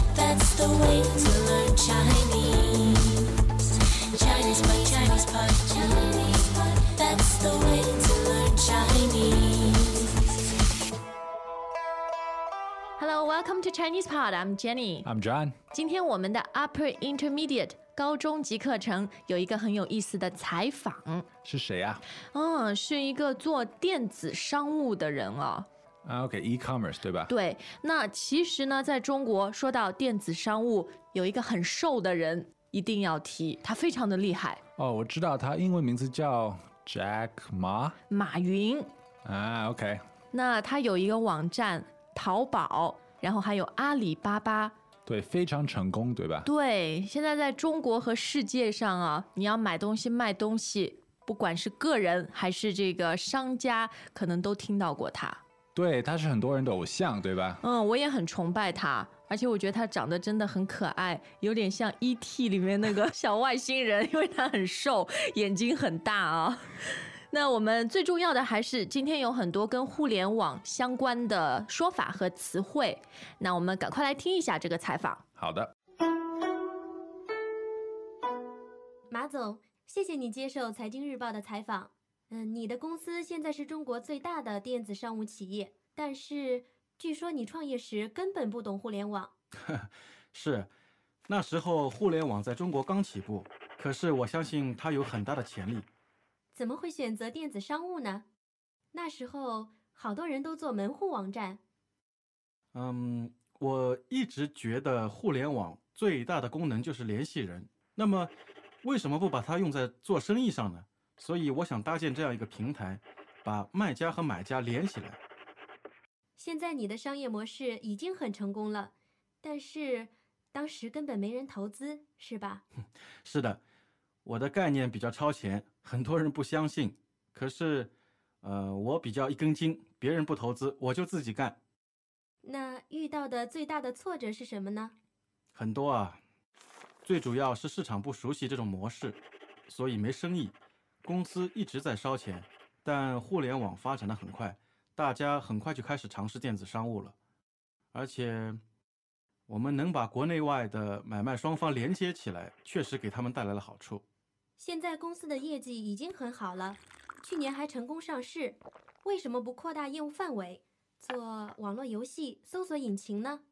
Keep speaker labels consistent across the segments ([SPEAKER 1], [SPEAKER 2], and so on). [SPEAKER 1] a way to learn Chinese. Chinese pot, Chinese pot, Chinese pot. That's the way to learn Chinese.
[SPEAKER 2] Hello, welcome to Chinese Pod. I'm Jenny.
[SPEAKER 3] I'm John。
[SPEAKER 2] 今天我们的 Upper Intermediate 高中级课程有一个很有意思的采访，
[SPEAKER 3] 是谁啊
[SPEAKER 2] 嗯，是一个做电子商务的人哦。
[SPEAKER 3] 啊？OK，e-commerce 对吧？
[SPEAKER 2] 对，那其实呢，在中国说到电子商务，有一个很瘦的人一定要提，他非常的厉害，
[SPEAKER 3] 哦，我知道他英文名字叫 Jack Ma。
[SPEAKER 2] 马云。
[SPEAKER 3] 啊，OK，
[SPEAKER 2] 那他有一个网站淘宝，然后还有阿里巴巴，
[SPEAKER 3] 对，非常成功对吧？
[SPEAKER 2] 对，现在在中国和世界上啊，你要买东西、卖东西，不管是个人还是这个商家，可能都听到过他。
[SPEAKER 3] 对，他是很多人的偶像对吧？
[SPEAKER 2] 嗯，我也很崇拜他，而且我觉得他长得真的很可爱，有点像 E.T. 里面那个 小外星人，因为他很瘦，眼睛很大啊。那我们最重要的还是今天有很多跟互联网相关的说法和词汇，那我们赶快来听一下这个采访。
[SPEAKER 3] 好的，
[SPEAKER 4] 马总，谢谢你接受财经日报的采访。嗯，你的公司现在是中国最大的电子商务企业，但是据说你创业时根本不懂互联网。
[SPEAKER 5] 是，那时候互联网在中国刚起步，可是我相信它有很大的潜力。
[SPEAKER 4] 怎么会选择电子商务呢？那时候好多人都做门户网站，
[SPEAKER 5] 嗯，我一直觉得互联网最大的功能就是联系人，那么为什么不把它用在做生意上呢？所以我想搭建这样一个平台，把卖家和买家连起来。
[SPEAKER 4] 现在你的商业模式已经很成功了，但是当时根本没人投资，是吧？
[SPEAKER 5] 是的，我的概念比较超前，很多人不相信。可是，呃，我比较一根筋，别人不投资，我就自己干。
[SPEAKER 4] 那遇到的最大的挫折是什么呢？
[SPEAKER 5] 很多啊，最主要是市场不熟悉这种模式，所以没生意。公司一直在烧钱，但互联网发展的很快，大家很快就开始尝试电子商务了。而且，我们能把国内外的买卖双方连接起来，确实给他们带来了好处。
[SPEAKER 4] 现在公司的业绩已经很好了，去年还成功上市，为什么不扩大业务范围，做网络游戏、搜索引擎呢？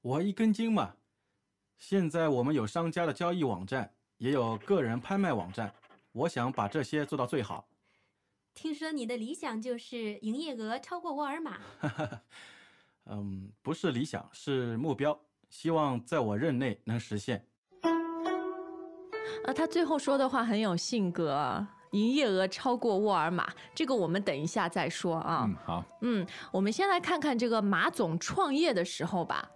[SPEAKER 5] 我一根筋嘛。现在我们有商家的交易网站，也有个人拍卖网站，我想把这些做到最好。
[SPEAKER 4] 听说你的理想就是营业额超过沃尔玛，
[SPEAKER 5] 嗯，不是理想，是目标，希望在我任内能实现。
[SPEAKER 2] 啊，他最后说的话很有性格啊，营业额超过沃尔玛，这个我们等一下再说啊。
[SPEAKER 3] 嗯，好，
[SPEAKER 2] 嗯我们先来看看这个马总创业的时候吧。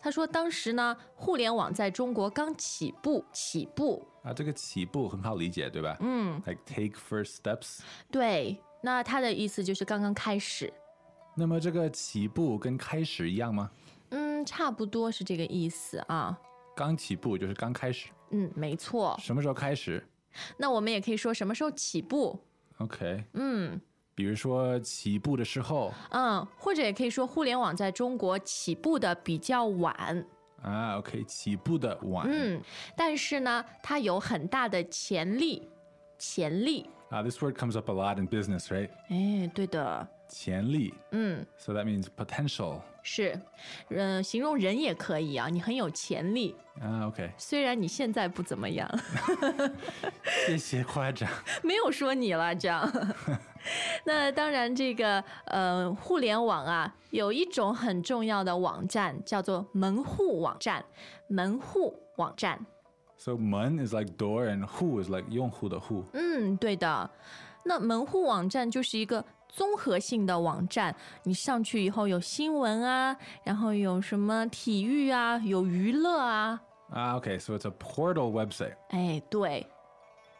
[SPEAKER 2] 他说当时呢，互联网在中国刚起步，起步，
[SPEAKER 3] 啊，这个起步很好理解对吧
[SPEAKER 2] 嗯，
[SPEAKER 3] ？Like take first steps。
[SPEAKER 2] 对。那他的意思就是刚刚开始，
[SPEAKER 3] 那么这个起步跟开始一样吗？
[SPEAKER 2] 嗯，差不多是这个意思啊。
[SPEAKER 3] 刚起步就是刚开始，
[SPEAKER 2] 嗯，没错。
[SPEAKER 3] 什么时候开始
[SPEAKER 2] 那我们也可以说什么时候起步，
[SPEAKER 3] ？OK，
[SPEAKER 2] 嗯
[SPEAKER 3] 比如说起步的时候
[SPEAKER 2] 嗯，或者也可以说互联网在中国起步的比较晚，
[SPEAKER 3] 啊，OK，起步的晚。
[SPEAKER 2] 嗯，但是呢，它有很大的潜力，潜力，
[SPEAKER 3] 啊，this word comes up a lot in business, right？
[SPEAKER 2] 哎，对的，
[SPEAKER 3] 潜力
[SPEAKER 2] 嗯，
[SPEAKER 3] ，so that means potential。
[SPEAKER 2] 是，嗯、形容人也可以啊，你很有潜力，
[SPEAKER 3] 啊，OK，
[SPEAKER 2] 虽然你现在不怎么样，
[SPEAKER 3] 谢谢夸奖。
[SPEAKER 2] 没有说你了，这 样。那当然，这个呃，互联网啊，有一种很重要的网站叫做门户网站，门户网站，
[SPEAKER 3] So 门 is like door and 户 is like 用户的户。
[SPEAKER 2] 嗯，对的。那门户网站就是一个综合性的网站，你上去以后有新闻啊，然后有什么体育啊，有娱乐啊，
[SPEAKER 3] 啊，OK，so it's a portal website。
[SPEAKER 2] 哎，对。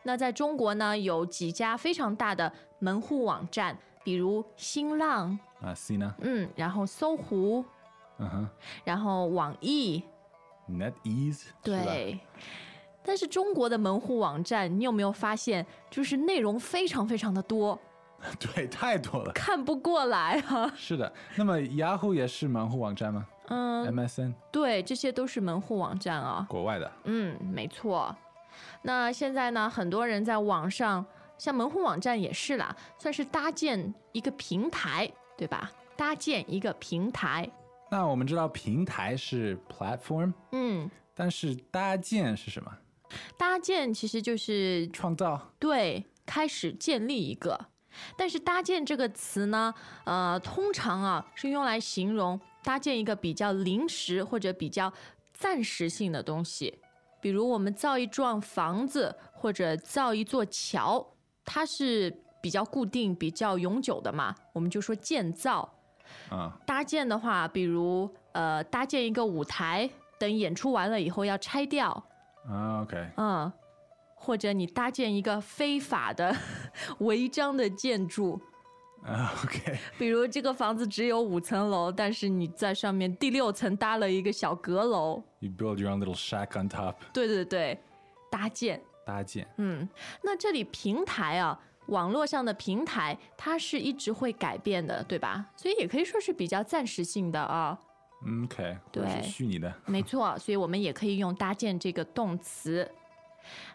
[SPEAKER 2] 那在中国呢，有几家非常大的门户网站，比如新浪，
[SPEAKER 3] 啊，C 呢？
[SPEAKER 2] 嗯，然后搜狐，
[SPEAKER 3] 嗯哼
[SPEAKER 2] 然后网易，
[SPEAKER 3] ，NetEase 是吧。
[SPEAKER 2] 对。但是中国的门户网站，你有没有发现，就是内容非常非常的多，
[SPEAKER 3] 对，太多了。
[SPEAKER 2] 看不过来啊？
[SPEAKER 3] 是的，那么 Yahoo 也是门户网站吗？
[SPEAKER 2] 嗯，
[SPEAKER 3] MSN
[SPEAKER 2] 对，这些都是门户网站啊、
[SPEAKER 3] 国外的，
[SPEAKER 2] 嗯，没错。那现在呢，很多人在网上，像门户网站也是啦，算是搭建一个平台，对吧？搭建一个平台，
[SPEAKER 3] 那我们知道平台是 platform，
[SPEAKER 2] 嗯，
[SPEAKER 3] 但是搭建是什么？
[SPEAKER 2] 搭建其实就是
[SPEAKER 3] 创造。
[SPEAKER 2] 对开始建立一个。但是“搭建”这个词呢，呃，通常啊是用来形容搭建一个比较临时或者比较暂时性的东西，比如我们造一幢房子或者造一座桥，它是比较固定、比较永久的嘛，我们就说建造。
[SPEAKER 3] 啊、
[SPEAKER 2] 搭建的话，比如呃，搭建一个舞台，等演出完了以后要拆掉，
[SPEAKER 3] 啊 o k
[SPEAKER 2] 嗯，或者你搭建一个非法的 违章的建筑，
[SPEAKER 3] 啊、o k
[SPEAKER 2] 比如这个房子只有五层楼，但是你在上面第六层搭了一个小阁楼，
[SPEAKER 3] You build your own little shack on top，
[SPEAKER 2] 对对对，搭建，
[SPEAKER 3] 搭建。
[SPEAKER 2] 嗯，那这里平台啊。网络上的平台，它是一直会改变的，对吧？所以也可以说是比较暂时性的啊。
[SPEAKER 3] 嗯 OK，或者
[SPEAKER 2] 对
[SPEAKER 3] 是虚拟的。
[SPEAKER 2] 没错，所以我们也可以用搭建这个动词。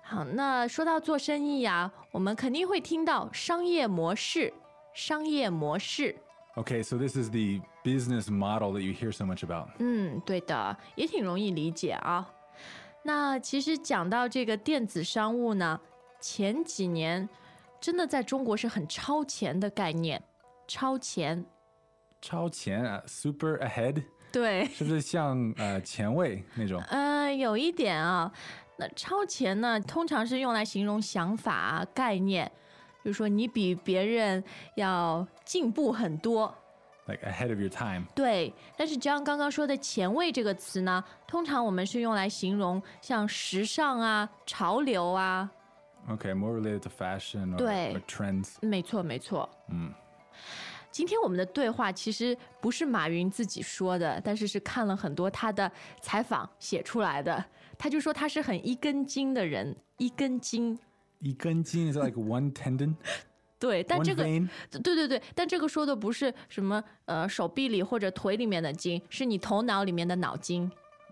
[SPEAKER 2] 好，那说到做生意呀、我们肯定会听到商业模式，商业模式。
[SPEAKER 3] Okay, so this is the business model that you hear so much about.
[SPEAKER 2] 嗯，对的，也挺容易理解啊。那其实讲到这个电子商务呢，前几年真的在中国是很超前的概念，超前。
[SPEAKER 3] uh, 超前啊，super ahead，
[SPEAKER 2] 对，Uh,
[SPEAKER 3] 是不是像呃前卫那种？
[SPEAKER 2] 呃，有一点啊，那超前呢，通常是用来形容想法啊、概念，就是说你比别人要进步很多。
[SPEAKER 3] Like ahead of your time.
[SPEAKER 2] 对，但是就像刚刚说的“前卫”这个词呢，通常我们是用来形容像时尚啊、潮流啊。
[SPEAKER 3] Okay, more related to fashion or,
[SPEAKER 2] 对。
[SPEAKER 3] or trends. Hmm.
[SPEAKER 2] 没错，没错。
[SPEAKER 3] 嗯，
[SPEAKER 2] 今天我们的对话其实不是马云自己说的，但是是看了很多他的采访写出来的。他就说他是很一根筋的人，一根筋。
[SPEAKER 3] 一根筋 is like one tendon,
[SPEAKER 2] 对，但
[SPEAKER 3] one
[SPEAKER 2] 这个
[SPEAKER 3] vein.
[SPEAKER 2] 对对对，但这个说的不是什么呃手臂里或者腿里面的筋，是你头脑里面的脑筋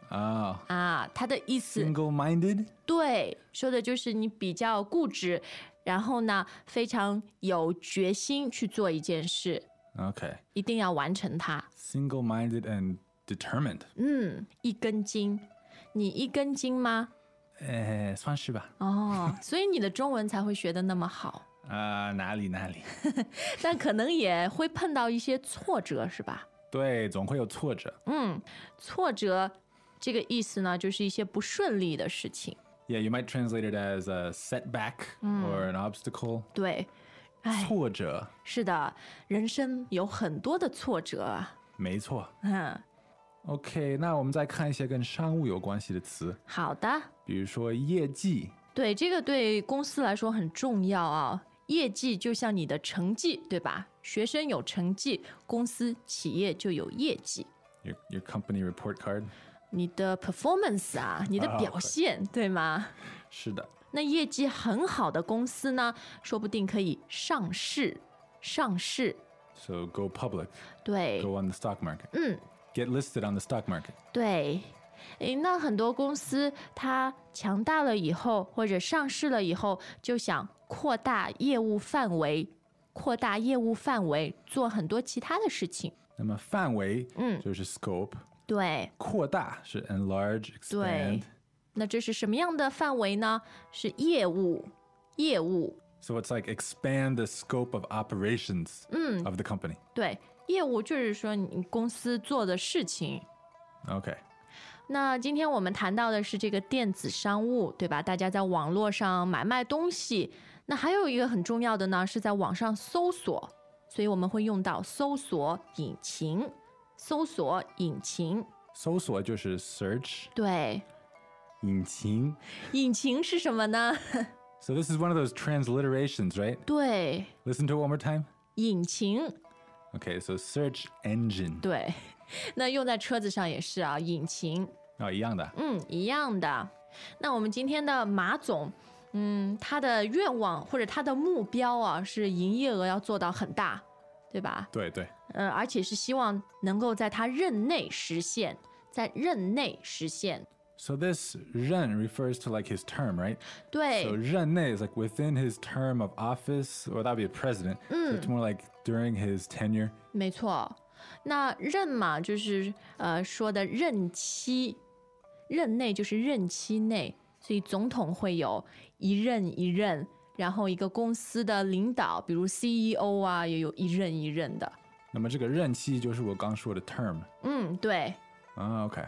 [SPEAKER 3] Ah,
[SPEAKER 2] 啊。他的意思
[SPEAKER 3] single-minded.
[SPEAKER 2] 对，说的就是你比较固执，然后呢非常有决心去做一件事，
[SPEAKER 3] Okay,
[SPEAKER 2] 一定要完成它。
[SPEAKER 3] single-minded and determined.
[SPEAKER 2] 嗯，一根筋，你一根筋吗？
[SPEAKER 3] Eh,
[SPEAKER 2] 哦，所以你的中文才会学的那么好，
[SPEAKER 3] 呃，算是吧。啊、呃，哪里哪里，对，总会有挫折。
[SPEAKER 2] 但可能也会碰到一些挫折，是吧？嗯，挫折这个意思呢，就是一些不顺利的事情。
[SPEAKER 3] Yeah, you might translate it as a setback or an obstacle.
[SPEAKER 2] 对，哎，
[SPEAKER 3] 挫折，
[SPEAKER 2] 是的，人生有很多的挫折啊。
[SPEAKER 3] 没错。
[SPEAKER 2] 嗯，
[SPEAKER 3] OK，那我们再看一些跟商务有关系的词，
[SPEAKER 2] 好的，
[SPEAKER 3] 比如说业绩。
[SPEAKER 2] 对，这个对公司来说很重要啊。业绩就像你的成绩，对吧？学生有成绩，公司企业就有业绩。
[SPEAKER 3] Your your company report card，
[SPEAKER 2] 你的 performance 啊，你的
[SPEAKER 3] 啊
[SPEAKER 2] 表
[SPEAKER 3] 对
[SPEAKER 2] 现，对吗？
[SPEAKER 3] 是的，
[SPEAKER 2] 那业绩很好的公司呢，说不定可以上市，上市，
[SPEAKER 3] ，so go public，go
[SPEAKER 2] 对，
[SPEAKER 3] on the stock market，get
[SPEAKER 2] 嗯，
[SPEAKER 3] listed on the stock market。
[SPEAKER 2] 对，诶，那很多公司它强大了以后，或者上市了以后，就想扩大业务范围，扩大业务范围，做很多其他的事情。
[SPEAKER 3] 那么范围，
[SPEAKER 2] 嗯
[SPEAKER 3] 就是 scope，
[SPEAKER 2] 对，
[SPEAKER 3] 扩大是 enlarge，expand。
[SPEAKER 2] 那这是什么样的范围呢？是业务，业务，
[SPEAKER 3] So it's like expand the scope of operations of the company.
[SPEAKER 2] 嗯对，业务就是说你公司做的事情。
[SPEAKER 3] OK，
[SPEAKER 2] 那今天我们谈到的是这个电子商务，对吧？大家在网络上买卖东西，那还有一个很重要的呢，是在网上搜索，所以我们会用到搜索引擎。搜索引擎，
[SPEAKER 3] 搜索就是 search，
[SPEAKER 2] 对，
[SPEAKER 3] 引擎。
[SPEAKER 2] 引擎是什么呢？
[SPEAKER 3] So this is one of those transliterations, right?
[SPEAKER 2] 对，
[SPEAKER 3] Listen to it one more time.
[SPEAKER 2] 引擎，
[SPEAKER 3] Okay, so search engine
[SPEAKER 2] 对， 那用在车子上也是啊，引擎。
[SPEAKER 3] 啊、一样的。
[SPEAKER 2] 嗯，一样的。那我们今天的马总，嗯，他的愿望或者他的目标啊，是营业额要做到很大，对吧？
[SPEAKER 3] 对对，
[SPEAKER 2] 呃，而且是希望能够在他任内实现，在任内实现。
[SPEAKER 3] So this ren refers to like his term, right?
[SPEAKER 2] 对
[SPEAKER 3] So Renne is like within his term of office, or that'd be a president. So it's more like during his tenure.
[SPEAKER 2] 没错，那任嘛就是呃说的任期，任内就是任期内，所以总统会有一任一任，然后一个公司的领导，比如 CEO 啊，也有一任一任的。
[SPEAKER 3] 那么这个任期就是我刚说的 term.
[SPEAKER 2] 嗯，对。
[SPEAKER 3] Ah, okay.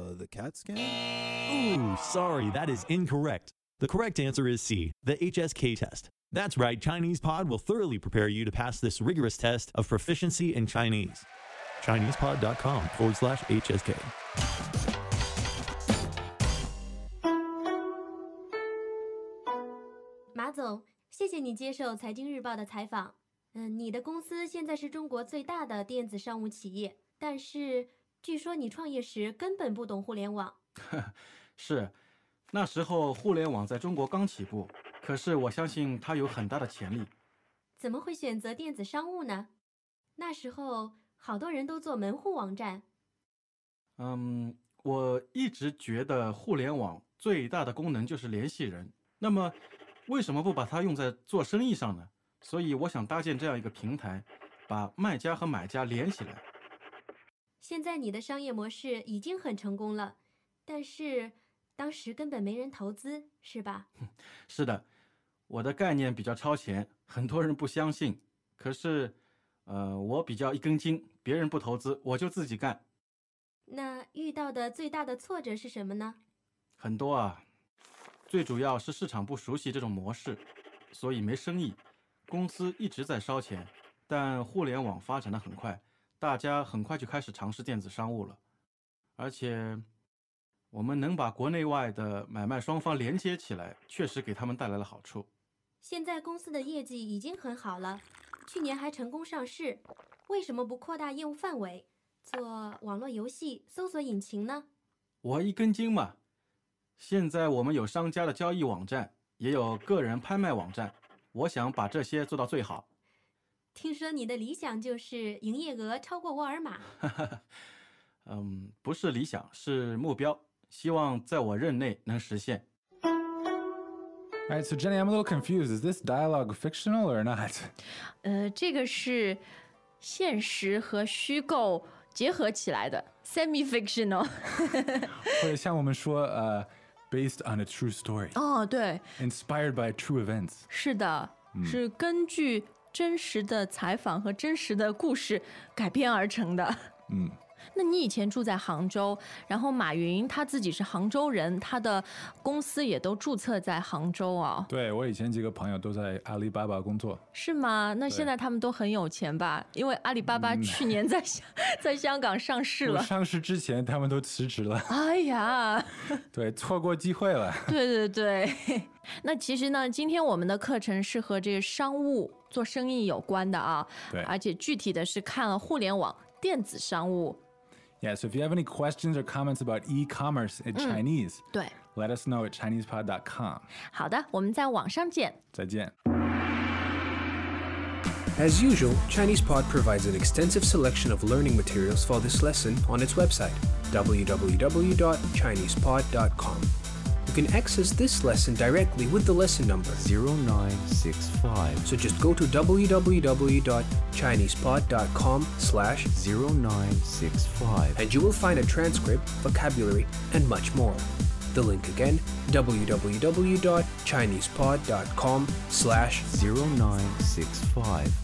[SPEAKER 6] the CAT scan?
[SPEAKER 7] Ooh, sorry, that is incorrect. The correct answer is C, the HSK test. That's right, Chinese Pod will thoroughly prepare you to pass this rigorous test of proficiency in Chinese. ChinesePod.com forward slash HSK.
[SPEAKER 4] 马总，谢谢你接受财经日报的采访。嗯，你的公司现在是中国最大的电子商务企业，但是据说你创业时根本不懂互联网。
[SPEAKER 5] 是，那时候互联网在中国刚起步，可是我相信它有很大的潜力。
[SPEAKER 4] 怎么会选择电子商务呢？那时候好多人都做门户网站，
[SPEAKER 5] 嗯，我一直觉得互联网最大的功能就是联系人。那么，为什么不把它用在做生意上呢？所以我想搭建这样一个平台，把卖家和买家连起来。
[SPEAKER 4] 现在你的商业模式已经很成功了，但是当时根本没人投资，是吧？
[SPEAKER 5] 是的，我的概念比较超前，很多人不相信。可是，呃，我比较一根筋，别人不投资，我就自己干。
[SPEAKER 4] 那遇到的最大的挫折是什么呢？
[SPEAKER 5] 很多啊，最主要是市场不熟悉这种模式，所以没生意。公司一直在烧钱，但互联网发展的很快，大家很快就开始尝试电子商务了。而且，我们能把国内外的买卖双方连接起来，确实给他们带来了好处。
[SPEAKER 4] 现在公司的业绩已经很好了，去年还成功上市，为什么不扩大业务范围，做网络游戏、搜索引擎呢？
[SPEAKER 5] 我一根筋嘛。现在我们有商家的交易网站，也有个人拍卖网站，我想把这些做到最好。
[SPEAKER 4] 听说你的理想就是营业额超过沃尔玛，
[SPEAKER 5] 嗯，不是理想，是目标，希望在我任内能实现。
[SPEAKER 3] All right, so Jenny, I'm a little confused. Is this dialogue fictional or not?
[SPEAKER 2] 呃，这个是现实和虚构结合起来的 semi fictional。
[SPEAKER 3] 或者像我们说，呃，based on a true story,
[SPEAKER 2] 哦，对，
[SPEAKER 3] inspired by true events.
[SPEAKER 2] 是的，是根据真实的采访和真实的故事改编而成的。
[SPEAKER 3] 嗯，
[SPEAKER 2] 那你以前住在杭州，然后马云他自己是杭州人，他的公司也都注册在杭州啊，
[SPEAKER 3] 对我以前几个朋友都在阿里巴巴工作。
[SPEAKER 2] 是吗？那现在他们都很有钱吧？因为阿里巴巴去年在香、 在香港上市了。
[SPEAKER 3] 上市之前他们都辞职了，
[SPEAKER 2] 哎呀，
[SPEAKER 3] 对，错过机会了。
[SPEAKER 2] 对对对， 那其实呢，今天我们的课程是和这个商务做生意有关的啊，
[SPEAKER 3] 对
[SPEAKER 2] 而且具体的是看了互联网电子商务，
[SPEAKER 3] Yeah, so if you have any questions or comments about e-commerce in Chinese,
[SPEAKER 2] 对，
[SPEAKER 3] let us know at ChinesePod.com.
[SPEAKER 2] 好的，我们在网上见。
[SPEAKER 3] 再见.
[SPEAKER 8] As usual, ChinesePod provides an extensive selection of learning materials for this lesson on its website, www.chinesepod.com. You can access this lesson directly with the lesson number,
[SPEAKER 9] 0965
[SPEAKER 8] so just go to www.chinesepod.com slash
[SPEAKER 9] 0965
[SPEAKER 8] and you will find a transcript, vocabulary, and much more. The link again, www.chinesepod.com slash
[SPEAKER 9] 0965